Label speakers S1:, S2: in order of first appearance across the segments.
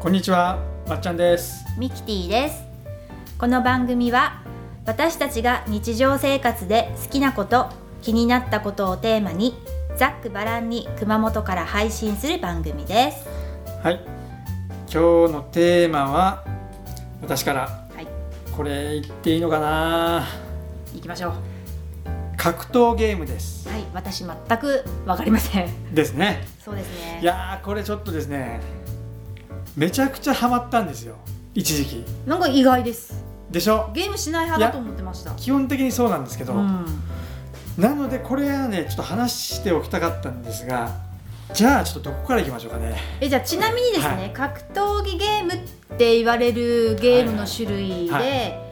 S1: こんにちは、まっちゃんです。
S2: ミキティですこの番組は私たちが日常生活で好きなこと気になったことをテーマにざっくばらんに熊本から配信する番組です
S1: はい。今日のテーマは私から
S2: はい
S1: これ言っていいのかな？
S2: 行きましょう
S1: 格闘ゲームです。
S2: はい私全くわかりません
S1: ですね。
S2: そうですね
S1: いやーこれちょっとですね、めちゃくちゃハマったんですよ。一時期
S2: なんか意外です
S1: でしょ。
S2: ゲームしない派だと思ってました
S1: 基本的にそうなんですけど、
S2: うん
S1: なのでこれはねちょっと話しておきたかったんですが、じゃあちょっとどこからいきましょうかね。
S2: えじゃあちなみにですね、
S1: はい
S2: 格闘技ゲームって言われるゲームの種類で、
S1: はい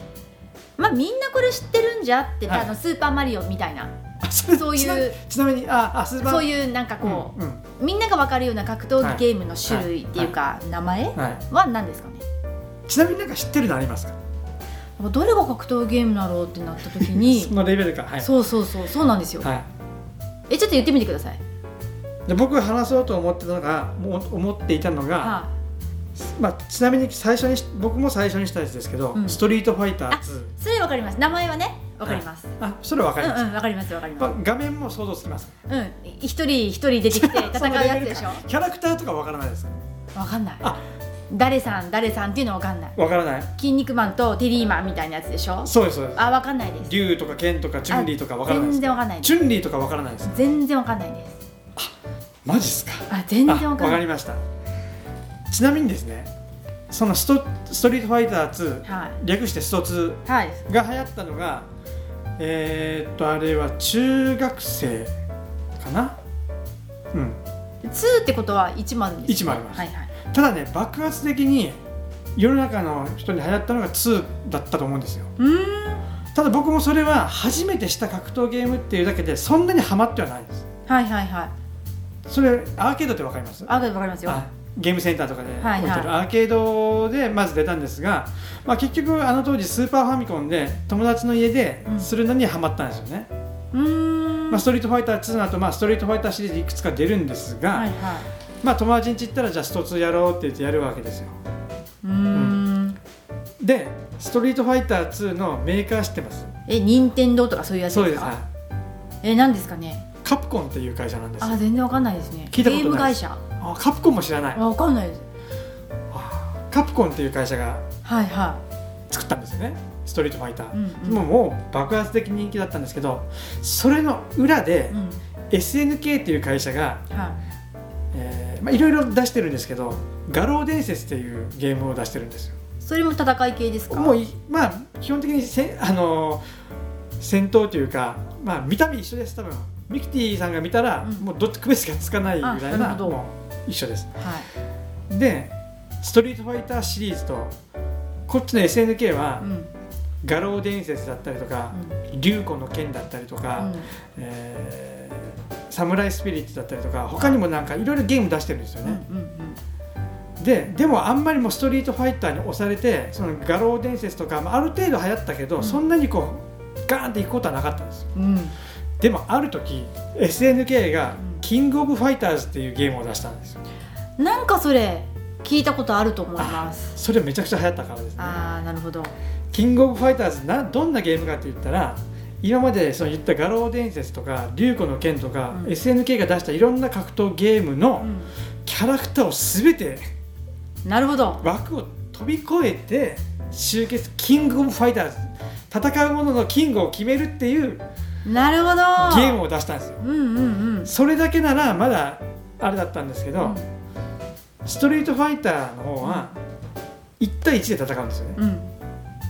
S2: まあみんなこれ知ってるんじゃって、
S1: はい
S2: あのスーパーマリオみたいな
S1: あれ
S2: そういう
S1: ちなちなみにああスーパー
S2: そういうなんかこう、
S1: うんうん
S2: みんながわかるような格闘技ゲームの種類っていうか、名前
S1: はい。
S2: は何ですかね
S1: ちなみになんか知ってるのありますか？
S2: どれが格闘ゲームだろうってなった時 に
S1: そのレベルかはい。
S2: そうそうそうそうなんですよ、
S1: はい。
S2: えちょっと言ってみてください
S1: で僕が話そうと思ってたのがもう思っていたのが、
S2: は
S1: まあ、ちなみに最初にし僕も最初にしたやつですけど「
S2: うん
S1: ストリートファイター2
S2: いそれわかります名前はねわかります、」
S1: あそれは分かります、
S2: うんうんわかりますわかり
S1: ま
S2: ま
S1: あ画面も想像つきます
S2: すうん一人一人出て きて戦うやつでし
S1: そ
S2: ょ
S1: のレベルかキャラクターとか分からないです
S2: わかんない
S1: あ
S2: 誰さん誰さんっていうのわかんない
S1: 分からない
S2: 筋肉マンとテリーマンみたいなやつでしょ
S1: そうですそうです
S2: あわかんないです
S1: 竜とか剣とかチュンリーとか分からないで
S2: 全
S1: す
S2: 然わかんないです
S1: チュンリーとか分からないです
S2: 全然わかんないです
S1: マジっすか
S2: あ全然わ
S1: あ
S2: かん
S1: 分
S2: な
S1: か
S2: い
S1: りましたちなみにですねそのスト「ストリートファイター2
S2: は」
S1: 略して「スト2
S2: いはい」
S1: が流行ったのがえー、っとあれは中学生かなうん
S2: 2ってことは1もあるんです
S1: 一もあります
S2: はいはい、
S1: ただね爆発的に世の中の人に流行ったのが2だったと思うんですよ
S2: うーん
S1: ただ僕もそれは初めてした格闘ゲームっていうだけでそんなにハマってはないです
S2: はいはいはい
S1: それアーケードってわかります
S2: あわかりますよ
S1: あゲームセンターとかで置いてる、
S2: はいはい
S1: アーケードでまず出たんですが、まあ、結局あの当時スーパーファミコンで友達の家で
S2: うん
S1: するのにハマったんですよね、
S2: うーん
S1: まあ、ストリートファイター2の後、まあストリートファイターシリーズいくつか出るんですが、
S2: はいはい
S1: まあ、友達ん家行ったらじゃあスト2やろうって言ってやるわけですよ
S2: うーん
S1: でストリートファイター2のメーカー知ってます
S2: え任天堂とかそういうやつ
S1: そう
S2: で
S1: ですす
S2: か
S1: はい
S2: え何ですかね
S1: カプコンっていう会社なんですよ
S2: あ全然わかんないですね
S1: 聞いたことない
S2: ゲーム会社
S1: あカプコンも知らない
S2: あわかんないです
S1: あカプコンっていう会社が
S2: はいは
S1: 作ったんですよねストリートファイター、
S2: いうんうん
S1: もうもう爆発的人気だったんですけどそれの裏で
S2: うん
S1: SNK っていう会社が
S2: はい
S1: えーまあいろいろ出してるんですけど「画廊伝説」っていうゲームを出してるんですよ
S2: それも戦い系ですか
S1: もういまあ基本的にせあのー戦闘というか、まあ、見た目一緒です多分ミキティさんが見たら、
S2: うん
S1: もうどっち区別がつかないぐらい
S2: あ
S1: な
S2: なるほど
S1: もう一緒です
S2: はい
S1: で「ストリートファイター」シリーズとこっちの SNK は
S2: うんうん
S1: 「画廊伝説」だったりとか「竜子の剣」だったりとか「えーサムライスピリッツ」だったりとか他にもなんかいろいろゲーム出してるんですよ
S2: うんう
S1: ね、
S2: んうん
S1: ででもあんまりもうストリートファイターに押されてその画廊伝説とか、まあ、ある程度流行ったけど、
S2: うん
S1: そんなにこうガーンっていくことはなかったんですよ
S2: うんうん
S1: でもある時 SNK が「キングオブファイターズ」っていうゲームを出したんですよ
S2: なんかそれ聞いたことあると思います
S1: それめちゃくちゃ流行ったからですね
S2: あーなるほど
S1: キングオブファイターズなどんなゲームかって言ったら今までその言った画廊伝説とか竜子の剣とか、
S2: うん
S1: SNK が出したいろんな格闘ゲーム
S2: う
S1: の
S2: ん
S1: キャラクターを全て
S2: なるほど
S1: 枠を飛び越えて集結キングオブファイターズ戦うもののキングを決めるっていう
S2: なるほど
S1: ゲームを出したんですよ
S2: うんうんうん
S1: それだけならまだあれだったんですけど、
S2: うん
S1: ストリートファイターの方は1対1で戦うんですよね
S2: う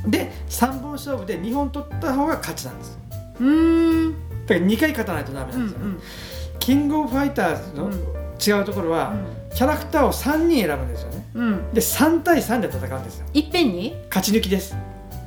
S2: ん
S1: で3本勝負で2本取った方が勝ちなんです
S2: うーん
S1: だから2回勝たないとダメ
S2: う
S1: なん
S2: ん
S1: ですよ、キングオブファイターズの
S2: うん
S1: 違うところは、キャラクターを3人選ぶんですよね
S2: うんうん
S1: で3対3で戦うんですよ
S2: いっぺんに
S1: 勝ち抜きです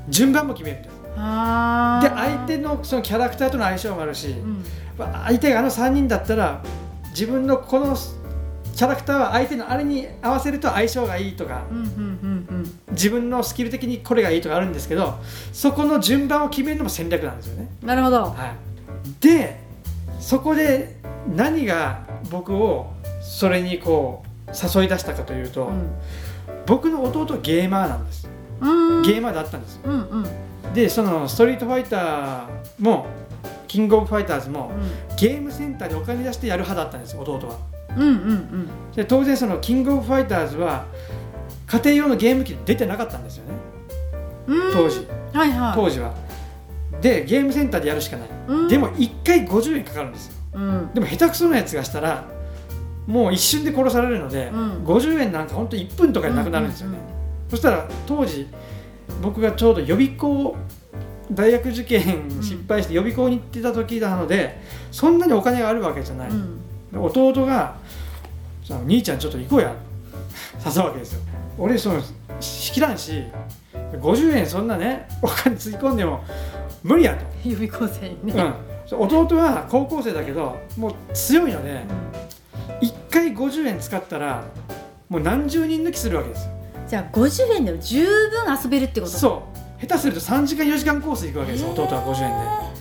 S1: 順番も決めるんです
S2: あ
S1: で
S2: ー
S1: 相手のそのキャラクターとの相性もあるし、
S2: うん
S1: まあ相手があの3人だったら自分のこのキャラクターは相手のあれに合わせると相性がいいとか
S2: うんうんうん
S1: 自分のスキル的にこれがいいとかあるんですけどそこの順番を決めるのも戦略なんですよね。
S2: うんなるほど
S1: はい、でそこで何が僕をそれにこう誘い出したかというと、
S2: うん
S1: 僕の弟はゲーマーなんです
S2: うん
S1: ゲーマーだったんです
S2: うんうんうん
S1: でそのストリートファイターもキングオブファイターズもゲームセンターでお金出してやる派だったんです弟は
S2: うんうん
S1: で当然そのキングオブファイターズは家庭用のゲーム機出てなかったんですよね
S2: うん
S1: 当時
S2: はいはい
S1: 当時はでゲームセンターでやるしかない
S2: うん
S1: でも1回50円かかるんですよ
S2: うん
S1: でも下手くそなやつがしたらもう一瞬で殺されるので、
S2: うん
S1: 50円なんかほんと1分とかでなくなるんですよね、そしたら当時僕がちょうど予備校大学受験
S2: ん
S1: 失敗して予備校に行ってた時なので、そんなにお金があるわけじゃない、
S2: うん
S1: で弟が「さ兄ちゃんちょっと行こうや」 誘うわけですよ俺そのしきらんし50円そんなねお金つぎ込んでも無理やと、
S2: 予備校生に
S1: う
S2: ね
S1: んそう弟は高校生だけどもう強いので1回50円使ったらもう何十人抜きするわけですよ
S2: じゃあ50円でも十分遊べるってこと
S1: そう下手すると3時間4時間コース行くわけですよ
S2: へー
S1: 弟は50円で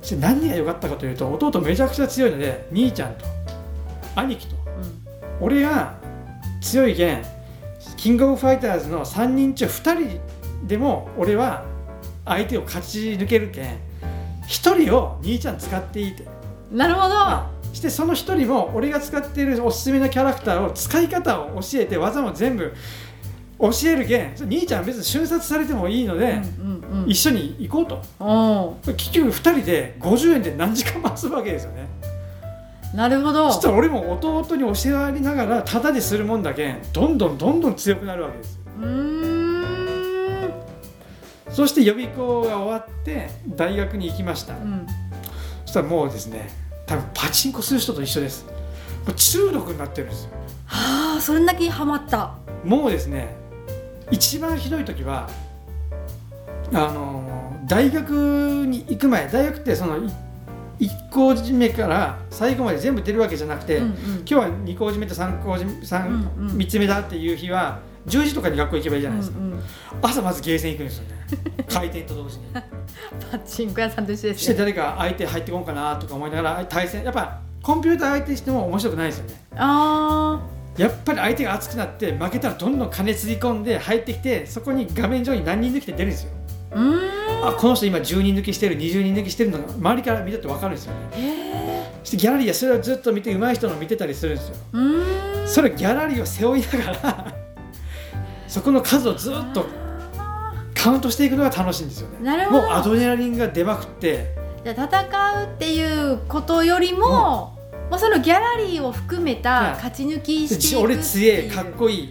S1: そして何が良かったかというと弟めちゃくちゃ強いので兄ちゃんと兄貴と
S2: うん
S1: 俺が強いけんキングオブファイターズの3人中2人でも俺は相手を勝ち抜けるけん1人を兄ちゃん使っていいって
S2: なるほど
S1: してその1人も俺が使っているおすすめのキャラクターを使い方を教えて技も全部教えるけん兄ちゃんは別に瞬殺されてもいいので、
S2: うんうんうん
S1: 一緒に行こうと
S2: おう
S1: 結局2人で50円で何時間も遊ぶわけですよね
S2: なるほど
S1: そしたら俺も弟に教わりながらタダでするもんだけんどんどんどんどん強くなるわけです
S2: うーん
S1: そして予備校が終わって大学に行きました
S2: うん
S1: そしたらもうですね多分パチンコする人と一緒ですもう中毒になってるんですよ
S2: はあそれだけハマった
S1: もうですね一番ひどい時はあの大学に行く前大学ってその1校目から最後まで全部出るわけじゃなくて、
S2: うんうん
S1: 今日は2校締めと3校締め三
S2: うんうん
S1: 3つ目だっていう日は10時とかに学校行けばいいじゃないですか、
S2: うんうん
S1: 朝まずゲーセン行くんです よね開店と同時に
S2: パチンコ屋さんと一緒で
S1: そし
S2: す
S1: て
S2: ね
S1: 誰か相手入ってこんかなとか思いながら対戦やっぱコンピューター相手しても面白くないですよね
S2: あ
S1: やっぱり相手が熱くなって負けたらどんどん金つぎ込んで入ってきてそこに画面上に何人抜きって出るんですよ
S2: あうーん
S1: あこの人今10人抜きしてる20人抜きしてるのが周りから見たって分かるんですよね
S2: へえ
S1: そしてギャラリーはそれをずっと見て上手い人の見てたりするんですよ
S2: うーん
S1: それギャラリーを背負いなが らそこの数をずっと
S2: あ
S1: カウントしていくのが楽しいんですよね
S2: なるほど
S1: もうアドレナリンが出まくって
S2: ーじゃあ戦うっていうことよりも、もうそのギャラリーを含め
S1: はい
S2: た勝ち抜きしていくっていう
S1: 俺強えかっこいい、うん、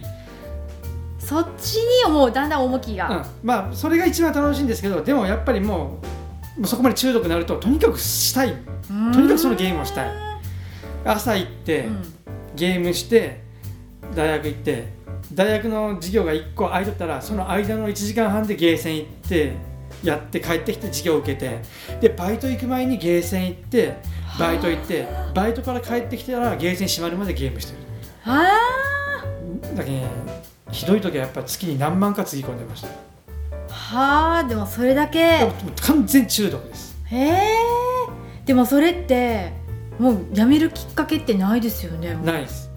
S2: そっちにもうだんだん重きが、
S1: まあそれが一番楽しいんですけどでもやっぱりもうもうそこまで中毒になるととにかくしたいとにかくそのゲームをしたい朝行って、
S2: うん
S1: ゲームして大学行って大学の授業が1個空いとったらその間の1時間半でゲーセン行ってやって帰ってきて授業受けてでバイト行く前にゲーセン行ってバイト行ってバイトから帰ってきたらゲーセン閉まるまでゲームして
S2: あー
S1: るだけ、ね、ひどい時はやっぱ月に何万かつぎ込んでました
S2: はあでもそれだけ
S1: でももう完全中毒です
S2: へえでもそれってもうやめるきっかけってないですよね
S1: ないです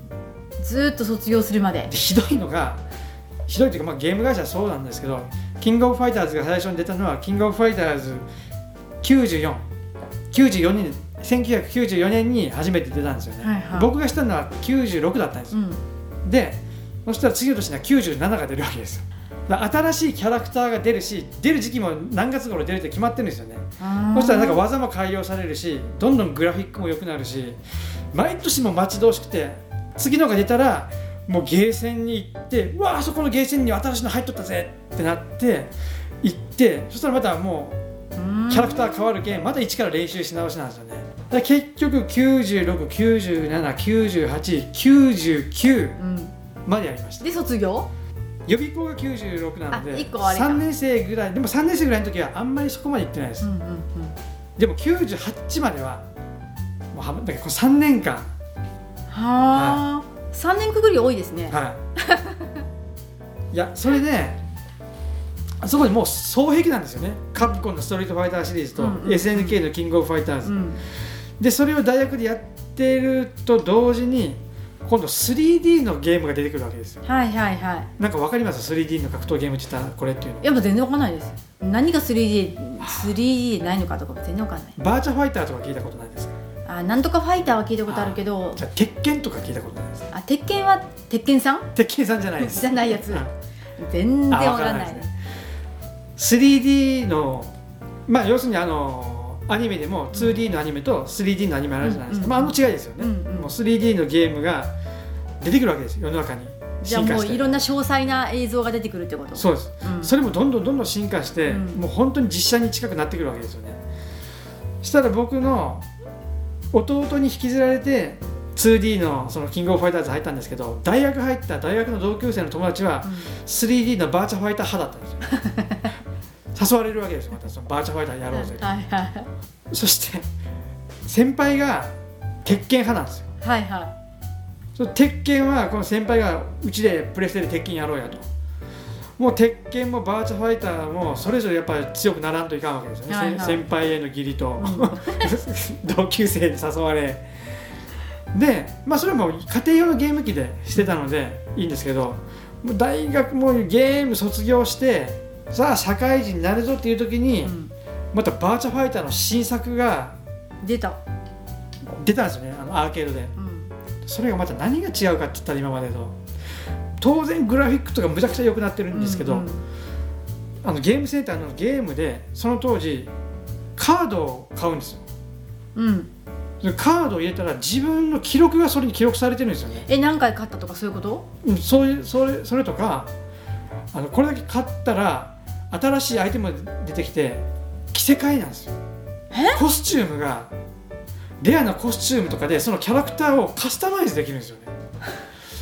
S2: ずーっと卒業するまで
S1: でひどいのがひどいというか、まあ、ゲーム会社はそうなんですけどキングオブファイターズが最初に出たのはキングオブファイターズ9494 94年1994年に初めて出たんですよね、
S2: はいはい
S1: 僕がしたのは96だったんです
S2: う
S1: よ、
S2: ん
S1: でそしたら次の年には97が出るわけですよだから新しいキャラクターが出るし出る時期も何月頃出るって決まってるんですよねそ
S2: そ
S1: したらなんか技も改良されるしどんどんグラフィックも良くなるし毎年もう待ち遠しくて次のが出たらもうゲーセンに行ってうわあそこのゲーセンに新しいの入っとったぜってなって行ってそしたらまたもうキャラクター変わるけんまた一から練習し直しなんですよねだから結局96979899
S2: うん
S1: までやりました
S2: で卒業
S1: 予備校が96なので
S2: あ一個あれか
S1: 3年生ぐらいでも3年生ぐらいの時はあんまりそこまで行ってないです
S2: うんうんうん
S1: でも98まではもうはだからこの3年間、
S2: はあ三年くぐり多いですね
S1: はいいやそれであそこでもう双璧なんですよねカプコンの「ストリートファイター」シリーズと、
S2: うんうんうん
S1: SNK の「キングオブファイターズ」
S2: うん
S1: でそれを大学でやってると同時に今度 3D のゲームが出てくるわけですよ
S2: はいはいはい
S1: なんかわかります 3D の格闘ゲームって言ったらこれっていうの
S2: いやもう全然わかんないです何が 3D3D 3D ないのかとかも全然わかんない
S1: バーチャファイターとか聞いたことないですか
S2: あなんとかファイターは聞いたことあるけど
S1: じゃあ鉄拳とか聞いたことないです
S2: あ鉄拳は鉄拳さん
S1: 鉄拳さんじゃないです
S2: じゃないやつ
S1: うん
S2: 全然
S1: あ
S2: わ
S1: わ
S2: かんない
S1: ですね 3D のまあ要するにあのアニメでも 2D のアニメと 3D のアニメあるじゃないですか、
S2: うん
S1: まああの違いですよね、
S2: うんうん
S1: もう 3D のゲームが出てくるわけですよ世の中に
S2: じゃあ
S1: 進化
S2: も
S1: し
S2: う
S1: て
S2: いろんな詳細な映像が出てくるってこと
S1: そうです、
S2: うん
S1: それもどんどんどんどん進化して、
S2: うん
S1: もう本当に実写に近くなってくるわけですよねしたら僕の弟に引きずられて 2D のそのキングオブファイターズ入ったんですけど大学入った大学の同級生の友達は
S2: うん
S1: 3D のバーチャファイター派だったんです よ誘われるわけですよまたそのバーチャファイターやろうぜ
S2: はいはい
S1: そして先輩が鉄拳派なんですよ
S2: はいは
S1: その鉄拳はこの先輩がうちでプレステで鉄拳やろうやともう鉄拳もバーチャファイターもそれぞれやっぱり強くならんといかんわけですよね、
S2: はいはい
S1: せん先輩への義理と、
S2: う
S1: 同級生に誘われでまあそれはもう家庭用のゲーム機でしてたのでいいんですけどもう大学もゲーム卒業してさあ社会人になるぞっていう時
S2: い、
S1: に、
S2: うん
S1: またバーチャファイターの新作が
S2: 出た、
S1: 出たんですよねあのアーケードで。
S2: うん、
S1: それがまた何が違うかって言ったら今までと当然グラフィックとかむちゃくちゃ良くなってるんですけど、
S2: うんうん
S1: あのゲームセンターのゲームでその当時カードを買うんですよ
S2: うん、
S1: でカードを入れたら自分の記録がそれに記録されてるんですよね
S2: え何回勝ったとかそういうこと
S1: うんそういうそれそれとかあのこれだけ買ったら新しいアイテムが出てきて着せ替えなんですよコスチュームがレアなコスチュームとかでそのキャラクターをカスタマイズできるんですよね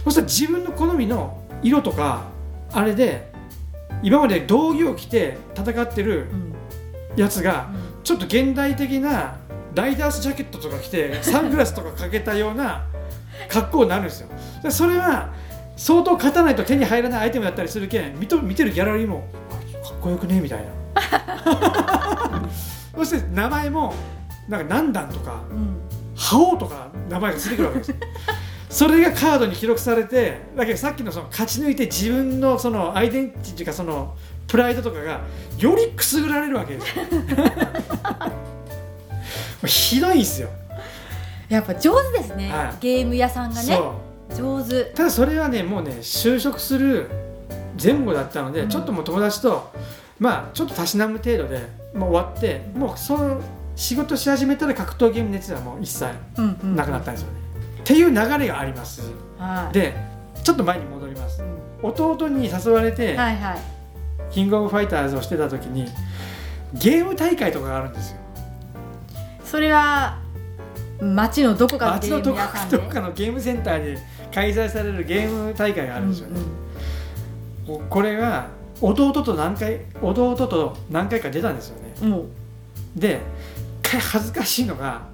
S1: そしたら自分の好みの色とかあれで今まで道着を着て戦ってる
S2: うん
S1: やつがちょっと現代的なライダースジャケットとか着てサングラスとかかけたような格好になるんですよでそれは相当勝たないと手に入らないアイテムだったりするけん見と見てるギャラリーもあかっこよくねみたいなそして名前もなんか何段とか
S2: うん
S1: 覇王とか名前がついてくるわけですよそれがカードに記録されてだけどさっきのその勝ち抜いて自分のそのアイデンティティかそのプライドとかがよりくすぐられるわけですよ もうひどいんですよ、
S2: やっぱ上手ですね、
S1: はい
S2: ゲーム屋さんがね
S1: そ
S2: 上手
S1: うただそれはねもうね就職する前後だったので、
S2: うん
S1: ちょっともう友達とまあちょっとたしなむ程度でもう終わってもうその仕事し始めたら格闘ゲーム熱はもう一切
S2: うんうん
S1: なくなったんですよね、っていう流れがあります、
S2: はい
S1: でちょっと前に戻ります
S2: うん
S1: 弟に誘われて、
S2: はいはい
S1: キングオブファイターズをしてた時にゲーム大会とかがあるんですよ
S2: それは町のどこかの
S1: 街
S2: ゲー
S1: の
S2: ム
S1: どこ
S2: 屋さ
S1: か
S2: んで
S1: どこかのゲームセンターで開催されるゲーム大会があるんですよね、ここれが弟と何回弟と何回か出たんですよね
S2: うんうんもう
S1: で一回恥ずかしいのが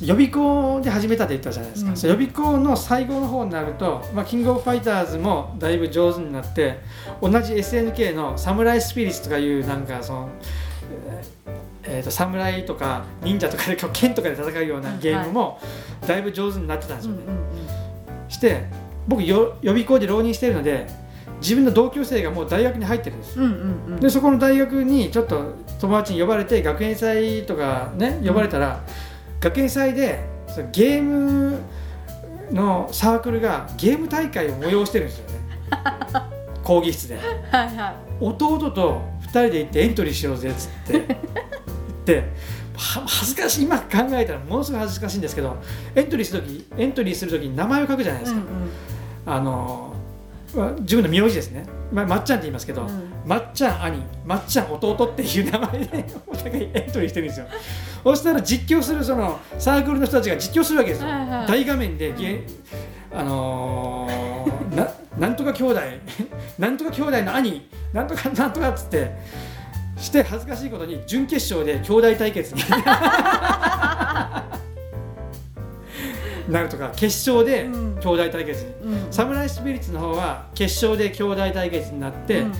S1: 予備校で始めたって言ったじゃないですか、
S2: うん
S1: その予備校の最後の方になると、まあ、キングオブファイターズもだいぶ上手になって同じ SNK の「サムライスピリッツ」とかいうなんかその、えーえーと侍とか忍者とかで剣とかで戦うようなゲームもだいぶ上手になってたんです
S2: うん
S1: よ
S2: う
S1: ね。
S2: んうん
S1: して僕よ予備校で浪人してるので自分の同級生がもう大学に入ってるんです。
S2: うんうんうん
S1: でそこの大学にちょっと友達に呼ばれて学園祭とかね呼ばれたら、学園祭でそのゲームのサークルがゲーム大会を催してるんですよね講義室で
S2: はいはい
S1: 弟と2人で行ってエントリーしようぜっつって行っては恥ずかしい今考えたらものすごい恥ずかしいんですけどエントリーする時エントリーする時に名前を書くじゃないで
S2: う
S1: す
S2: ん
S1: か、あのまあ自分の名字ですね、まあ、まっちゃんって言いますけど、
S2: うんうん
S1: まっちゃん兄まっちゃん弟っていう名前でお互いエントリーしてるんですよそしたら実況するそのサークルの人たちが実況するわけですよ、
S2: はいはい
S1: 大画面でゲあのーななんとか兄弟 なんとか兄弟の兄なんとかなんとかっつってして恥ずかしいことに準決勝で兄弟対 決になるとか決勝で
S2: うん
S1: 兄弟対決に、
S2: うん
S1: サムライスピリッツの方は決勝で兄弟対決になって、
S2: うん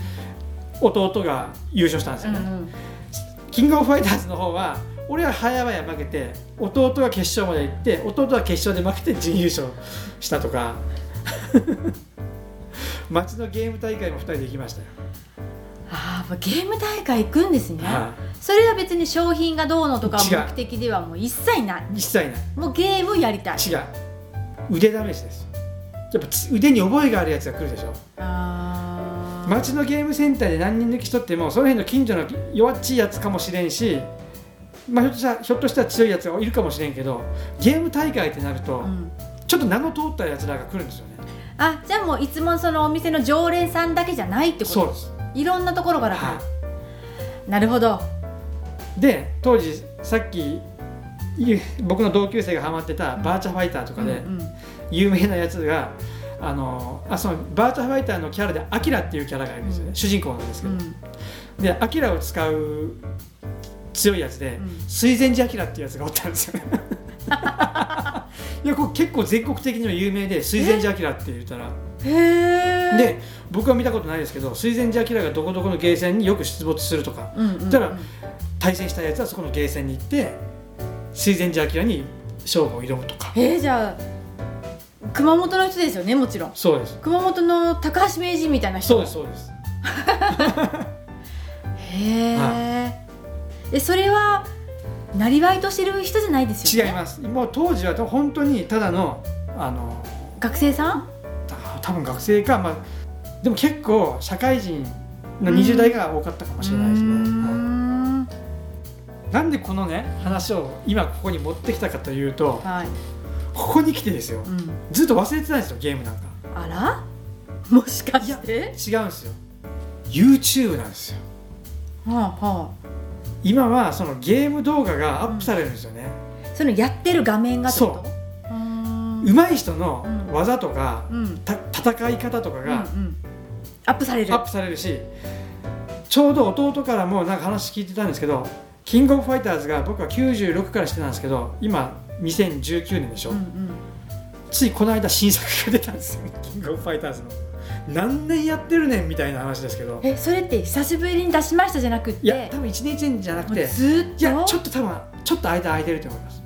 S1: 弟が優勝したんです
S2: う
S1: よ
S2: ん
S1: ね、
S2: うん
S1: キングオブファイターズの方は俺は早々負けて弟が決勝まで行って弟は決勝で負けて準優勝したとか 町のゲーム大会も2人で行きましたよ、
S2: ああもうゲーム大会行くんですね、
S1: は
S2: それは別に商品がどうのとか
S1: 違う
S2: 目的ではもう一切ない
S1: い、一切ない
S2: もうゲームやりたい
S1: 違う腕試しですやっぱつ腕に覚えがあるやつが来るでしょ
S2: あー
S1: 町のゲームセンターで何人抜きしとってもその辺の近所の弱っちいやつかもしれんし、まあ、ひょっとしたらひょっとしたら強いやつがいるかもしれんけどゲーム大会ってなると、
S2: うん、
S1: ちょっと名の通ったやつらが来るんですよね
S2: あじゃあもういつもそのお店の常連さんだけじゃないってこと
S1: そうです
S2: いろんなところからか、
S1: は
S2: なるほど
S1: い、で当時さっきゆ僕の同級生がハマってたバーチャファイターとかで
S2: うんうん
S1: 有名なやつが、あのあそのバーチャファイターのキャラでアキラっていうキャラがいるんですよね、
S2: うん
S1: 主人公なんです
S2: う
S1: けど、
S2: ん
S1: でアキラを使う強いやつで、
S2: うん
S1: 水前寺アキラっていうやつがおったんですよ ねいやこれ結構全国的にも有名で水前寺アキラって言ったら
S2: へえ、
S1: で僕は見たことないですけど水前寺アキラがどこどこのゲーセンによく出没するとか
S2: うんうんうん、
S1: たら対戦したやつはそこのゲーセンに行って水前寺明に勝負を挑むとか
S2: えー、じゃあ熊本の人ですよねもちろん
S1: そうです
S2: 熊本の高橋名人みたいな人
S1: そうですそうです
S2: へえ、えそれはなりわいとしてる人じゃないです
S1: 違
S2: よ
S1: い
S2: ね
S1: ますもう当時は本当にただのあの
S2: 学生さん
S1: た多分学生かまあでも結構社会人の20代が多かったかもしれないですね
S2: うー
S1: は
S2: ん
S1: いなんでこのね話を今ここに持ってきたかというと
S2: はい、
S1: ここに来てですよ
S2: うん、
S1: ずっと忘れてたんですよゲームなんか
S2: あらもしかして
S1: 違うんですよ YouTube なんですよ
S2: はあは
S1: 今はそのゲーム動画がアップされるんですよね、
S2: あそのやってる画面がってこと
S1: そう
S2: うーん
S1: 上手い人の
S2: うん
S1: 技とか、
S2: うん
S1: た戦い方とか
S2: うんう
S1: が
S2: んアップされる
S1: アップされるし、ちょうど弟からもなんか話聞いてたんですけど「キングオブファイターズ」が僕は96からしてたんですけど今2019年でしょ、
S2: うんうん
S1: ついこの間新作が出たんですよ「キングオブファイターズ」の。何年やってるねんみたいな話ですけど
S2: えそれって久しぶりに出しましたじゃなくって
S1: いや多分1年1年じゃな
S2: も
S1: く
S2: う
S1: て
S2: ずーっと
S1: いやちょっと多分ちょっと間空いてると思います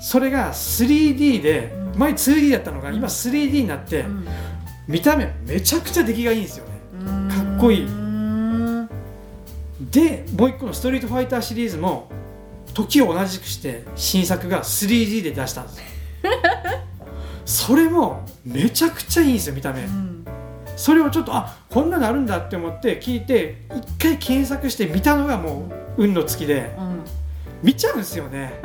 S1: それが 3D で
S2: うん
S1: 前 2D だったのが今 3D になって
S2: うん
S1: 見た目めちゃくちゃ出来がいいんですよね
S2: か
S1: っこいい
S2: うん
S1: でもう一個の「ストリートファイター」シリーズも時を同じくして新作が 3D で出したん ですよそれもめちゃくちゃいいんですよ見た目それをちょっとあこんなのあるんだって思って聞いて一回検索して見たのがもう運の尽きで
S2: うん
S1: 見ちゃうんですよね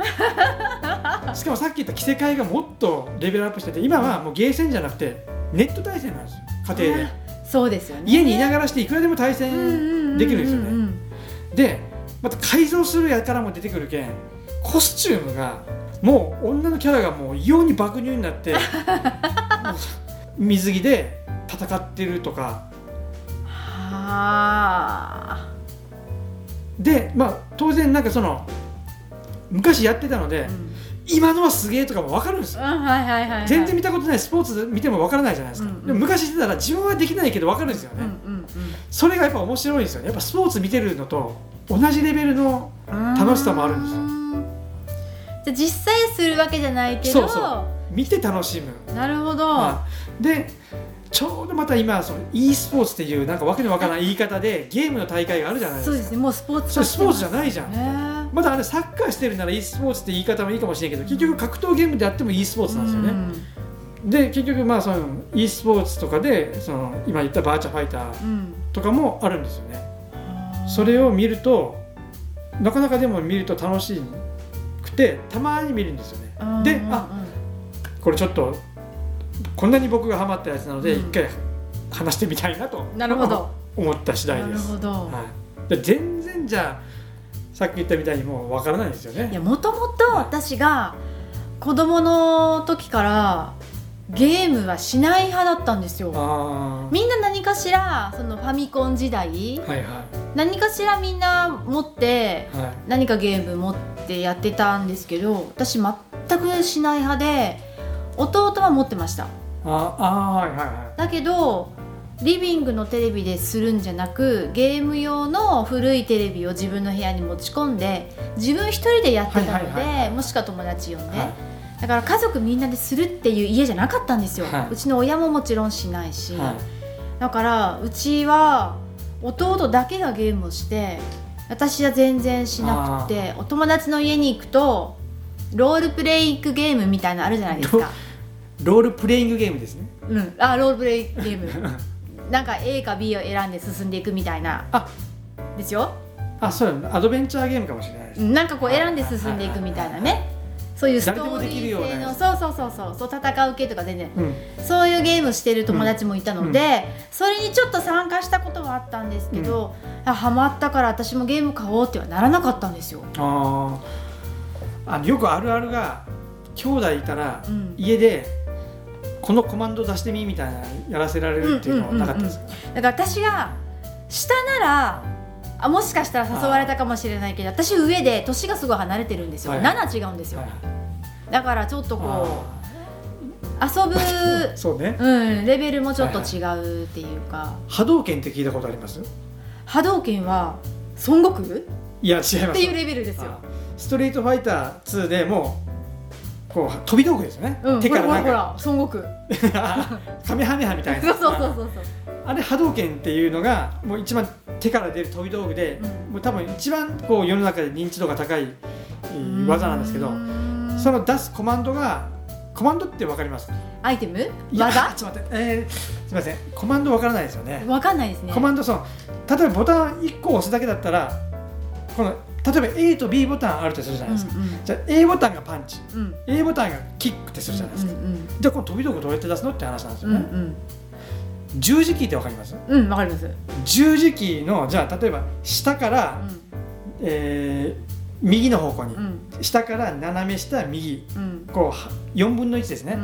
S1: しかもさっき言った着せ替えがもっとレベルアップしてて今はもうゲーセンじゃなくてネット対戦なんですよ家庭で
S2: そうですよね
S1: 家にいながらしていくらでも対戦できるんですよ
S2: うう
S1: ね
S2: ん
S1: でまた改造するやからも出てくるけんコスチュームがもう女のキャラがもう異様に爆乳になって もう水着で戦ってるとか
S2: は
S1: でまあ当然なんかその昔やってたので
S2: あ、うん
S1: 今のはすげえとかも分かるんですよ
S2: うんはいはいはいはい
S1: 全然見たことないスポーツ見てもわからないじゃないですか、
S2: うんうん
S1: でも昔してたら自分はできないけどわかるんですよ
S2: うん
S1: ね、それがやっぱ面白いんですよねやっぱスポーツ見てるのと同じレベルの
S2: うんうん
S1: 楽しさもあるんですよ
S2: じゃあ実際するわけじゃないけど
S1: そうそ見て楽しむ、
S2: なるほど、
S1: まあでちょうどまた今その e スポーツっていうなんかわけのわからない言い方でゲームの大会があるじゃないです
S2: そ
S1: か
S2: うですねもうスポーツ
S1: それスポーツじゃないじゃん、
S2: ん
S1: まだあれサッカーしてるなら e スポーツって言い方もいいかもしれないけど結局格闘ゲームであっても e スポーツなんですよね、で結局まあその e スポーツとかでその今言ったバーチャファイター
S2: うん
S1: とかもあるんですよね
S2: うん
S1: それを見るとなかなかでも見ると楽しくてたまに見るんですよね
S2: うん
S1: で
S2: うん
S1: あこれちょっとこんなに僕がハマったやつなので一
S2: うん
S1: 回話してみたいなと
S2: なるほど
S1: 思った次第
S2: な
S1: で
S2: る
S1: す、
S2: ほど、
S1: はい、で全然じゃあさっき言ったみたいにもうわからないんですよ
S2: い
S1: ね
S2: やもともと私が子供の時からゲームはしない派だったんですよ
S1: あ
S2: みんな何かしらそのファミコン時代
S1: あはいは
S2: 何かしらみんな持って
S1: いはい
S2: 何かゲーム持ってやってたんですけど私全くしない派で弟は持ってました
S1: ああーはいはいはい
S2: だけどリビングのテレビでするんじゃなくゲーム用の古いテレビを自分の部屋に持ち込んで自分一人でやってたの
S1: はいはい
S2: でもしくは友達呼んで、
S1: はい
S2: だから家族みんなでするっていう家じゃなかったんですよ、
S1: はいう
S2: ちの親ももちろんしないし、
S1: は
S2: だからうちは弟だけがゲームをして私は全然しなくてお友達の家に行くとロールプレイングゲームみたいなのあるじゃないですか。
S1: い、ロールプレイングゲームですね
S2: うん、あロールプレイングゲーム なんか A か B を選んで進んでいくみたいな
S1: あ
S2: ですよ
S1: あそうやなアドベンチャーゲームかもしれないです、
S2: うんなんかこう選んで進んでいくみたいなねそういうストー
S1: 誰で
S2: リー性の
S1: もできるようなやつ
S2: そうそうそうそうそう戦う系とか全然
S1: うん、
S2: そういうゲームしてる友達もいたので、それにちょっと参加したことはあったんですけど、あハマったから私もゲーム買おうってはならなかったんですよ。
S1: あーあのよくあるあるが兄弟いたら
S2: うん
S1: 家でこのコマンド出してみみたいなやらせられるっていうのはなかったですか、
S2: だから私が下ならあもしかしたら誘われたかもしれないけど私上で年がすごい離れてるんですよ、
S1: はい
S2: 7違うんですよ、
S1: はい
S2: だからちょっとこ
S1: あ
S2: う遊 ぶ、
S1: ーそうね
S2: うん、レベルもちょっと違うっていうか、
S1: 波動拳って聞いたことあります
S2: 波動拳は孫悟空っ
S1: いや違いま
S2: て
S1: す
S2: いうレベルですよ
S1: あ。ストリートファイター2でもうこう飛び道具ですよね、
S2: うん、
S1: 手
S2: ほ
S1: からら
S2: ほら
S1: なん
S2: ほ
S1: から
S2: 孫悟空
S1: カメハメハみたい
S2: そ
S1: な
S2: うそうそうそうそう
S1: あれ波動拳っていうのがもう一番手から出る飛び道具で、
S2: うん
S1: もう多分一番こう世の中で認知度が高いえー技なんですけど、
S2: うーん
S1: その出すコマンドがコマンドってわかります
S2: アイテム
S1: いや
S2: 技
S1: ちょっと待って、えーすみませんコマンドわからないですよね
S2: わかんないですね
S1: コマンドその例えばボタン1個押すだけだったらこの例えば A と B ボタンあるとするじゃないですか、じゃあ A ボタンがパンチ
S2: うんうんうん
S1: A ボタンがキックってするじゃないですか、
S2: うん
S1: じゃあこの飛び道具どうやって出すのって話なんです
S2: う
S1: よ
S2: んう
S1: ね、
S2: ん
S1: 十字キーってわかります
S2: うんうんわかります
S1: 十字キーのじゃあ例えば下から、えー右の方向に、
S2: うんうん
S1: 下から斜め下右
S2: うん
S1: こう4分の1ですね、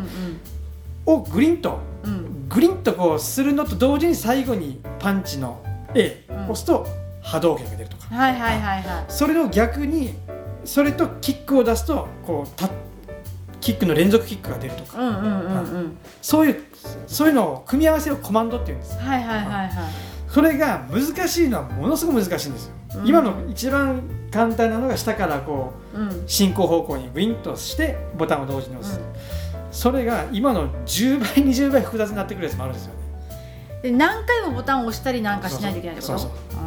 S2: うん
S1: をグリンと
S2: うん
S1: グリンとこうするのと同時に最後にパンチの A
S2: うん
S1: 押すと波動拳が出るとか、
S2: はいはいはいは
S1: それを逆にそれとキックを出すとこうたキックの連続キックが出ると
S2: い
S1: か
S2: うんうんうんうん
S1: そういうそういうのを組み合わせをコマンドっていうんです
S2: はいはいはいはい
S1: それが難しいのはものすごく難しいんですよ、
S2: うん
S1: 今の一番簡単なのが下からこう
S2: うん
S1: 進行方向にグインとしてボタンを同時に押す、それが今の10倍20倍複雑になってくるやつもあるんですよね
S2: で何回もボタンを押したりなんかしないといけないってこと
S1: そうそう
S2: うー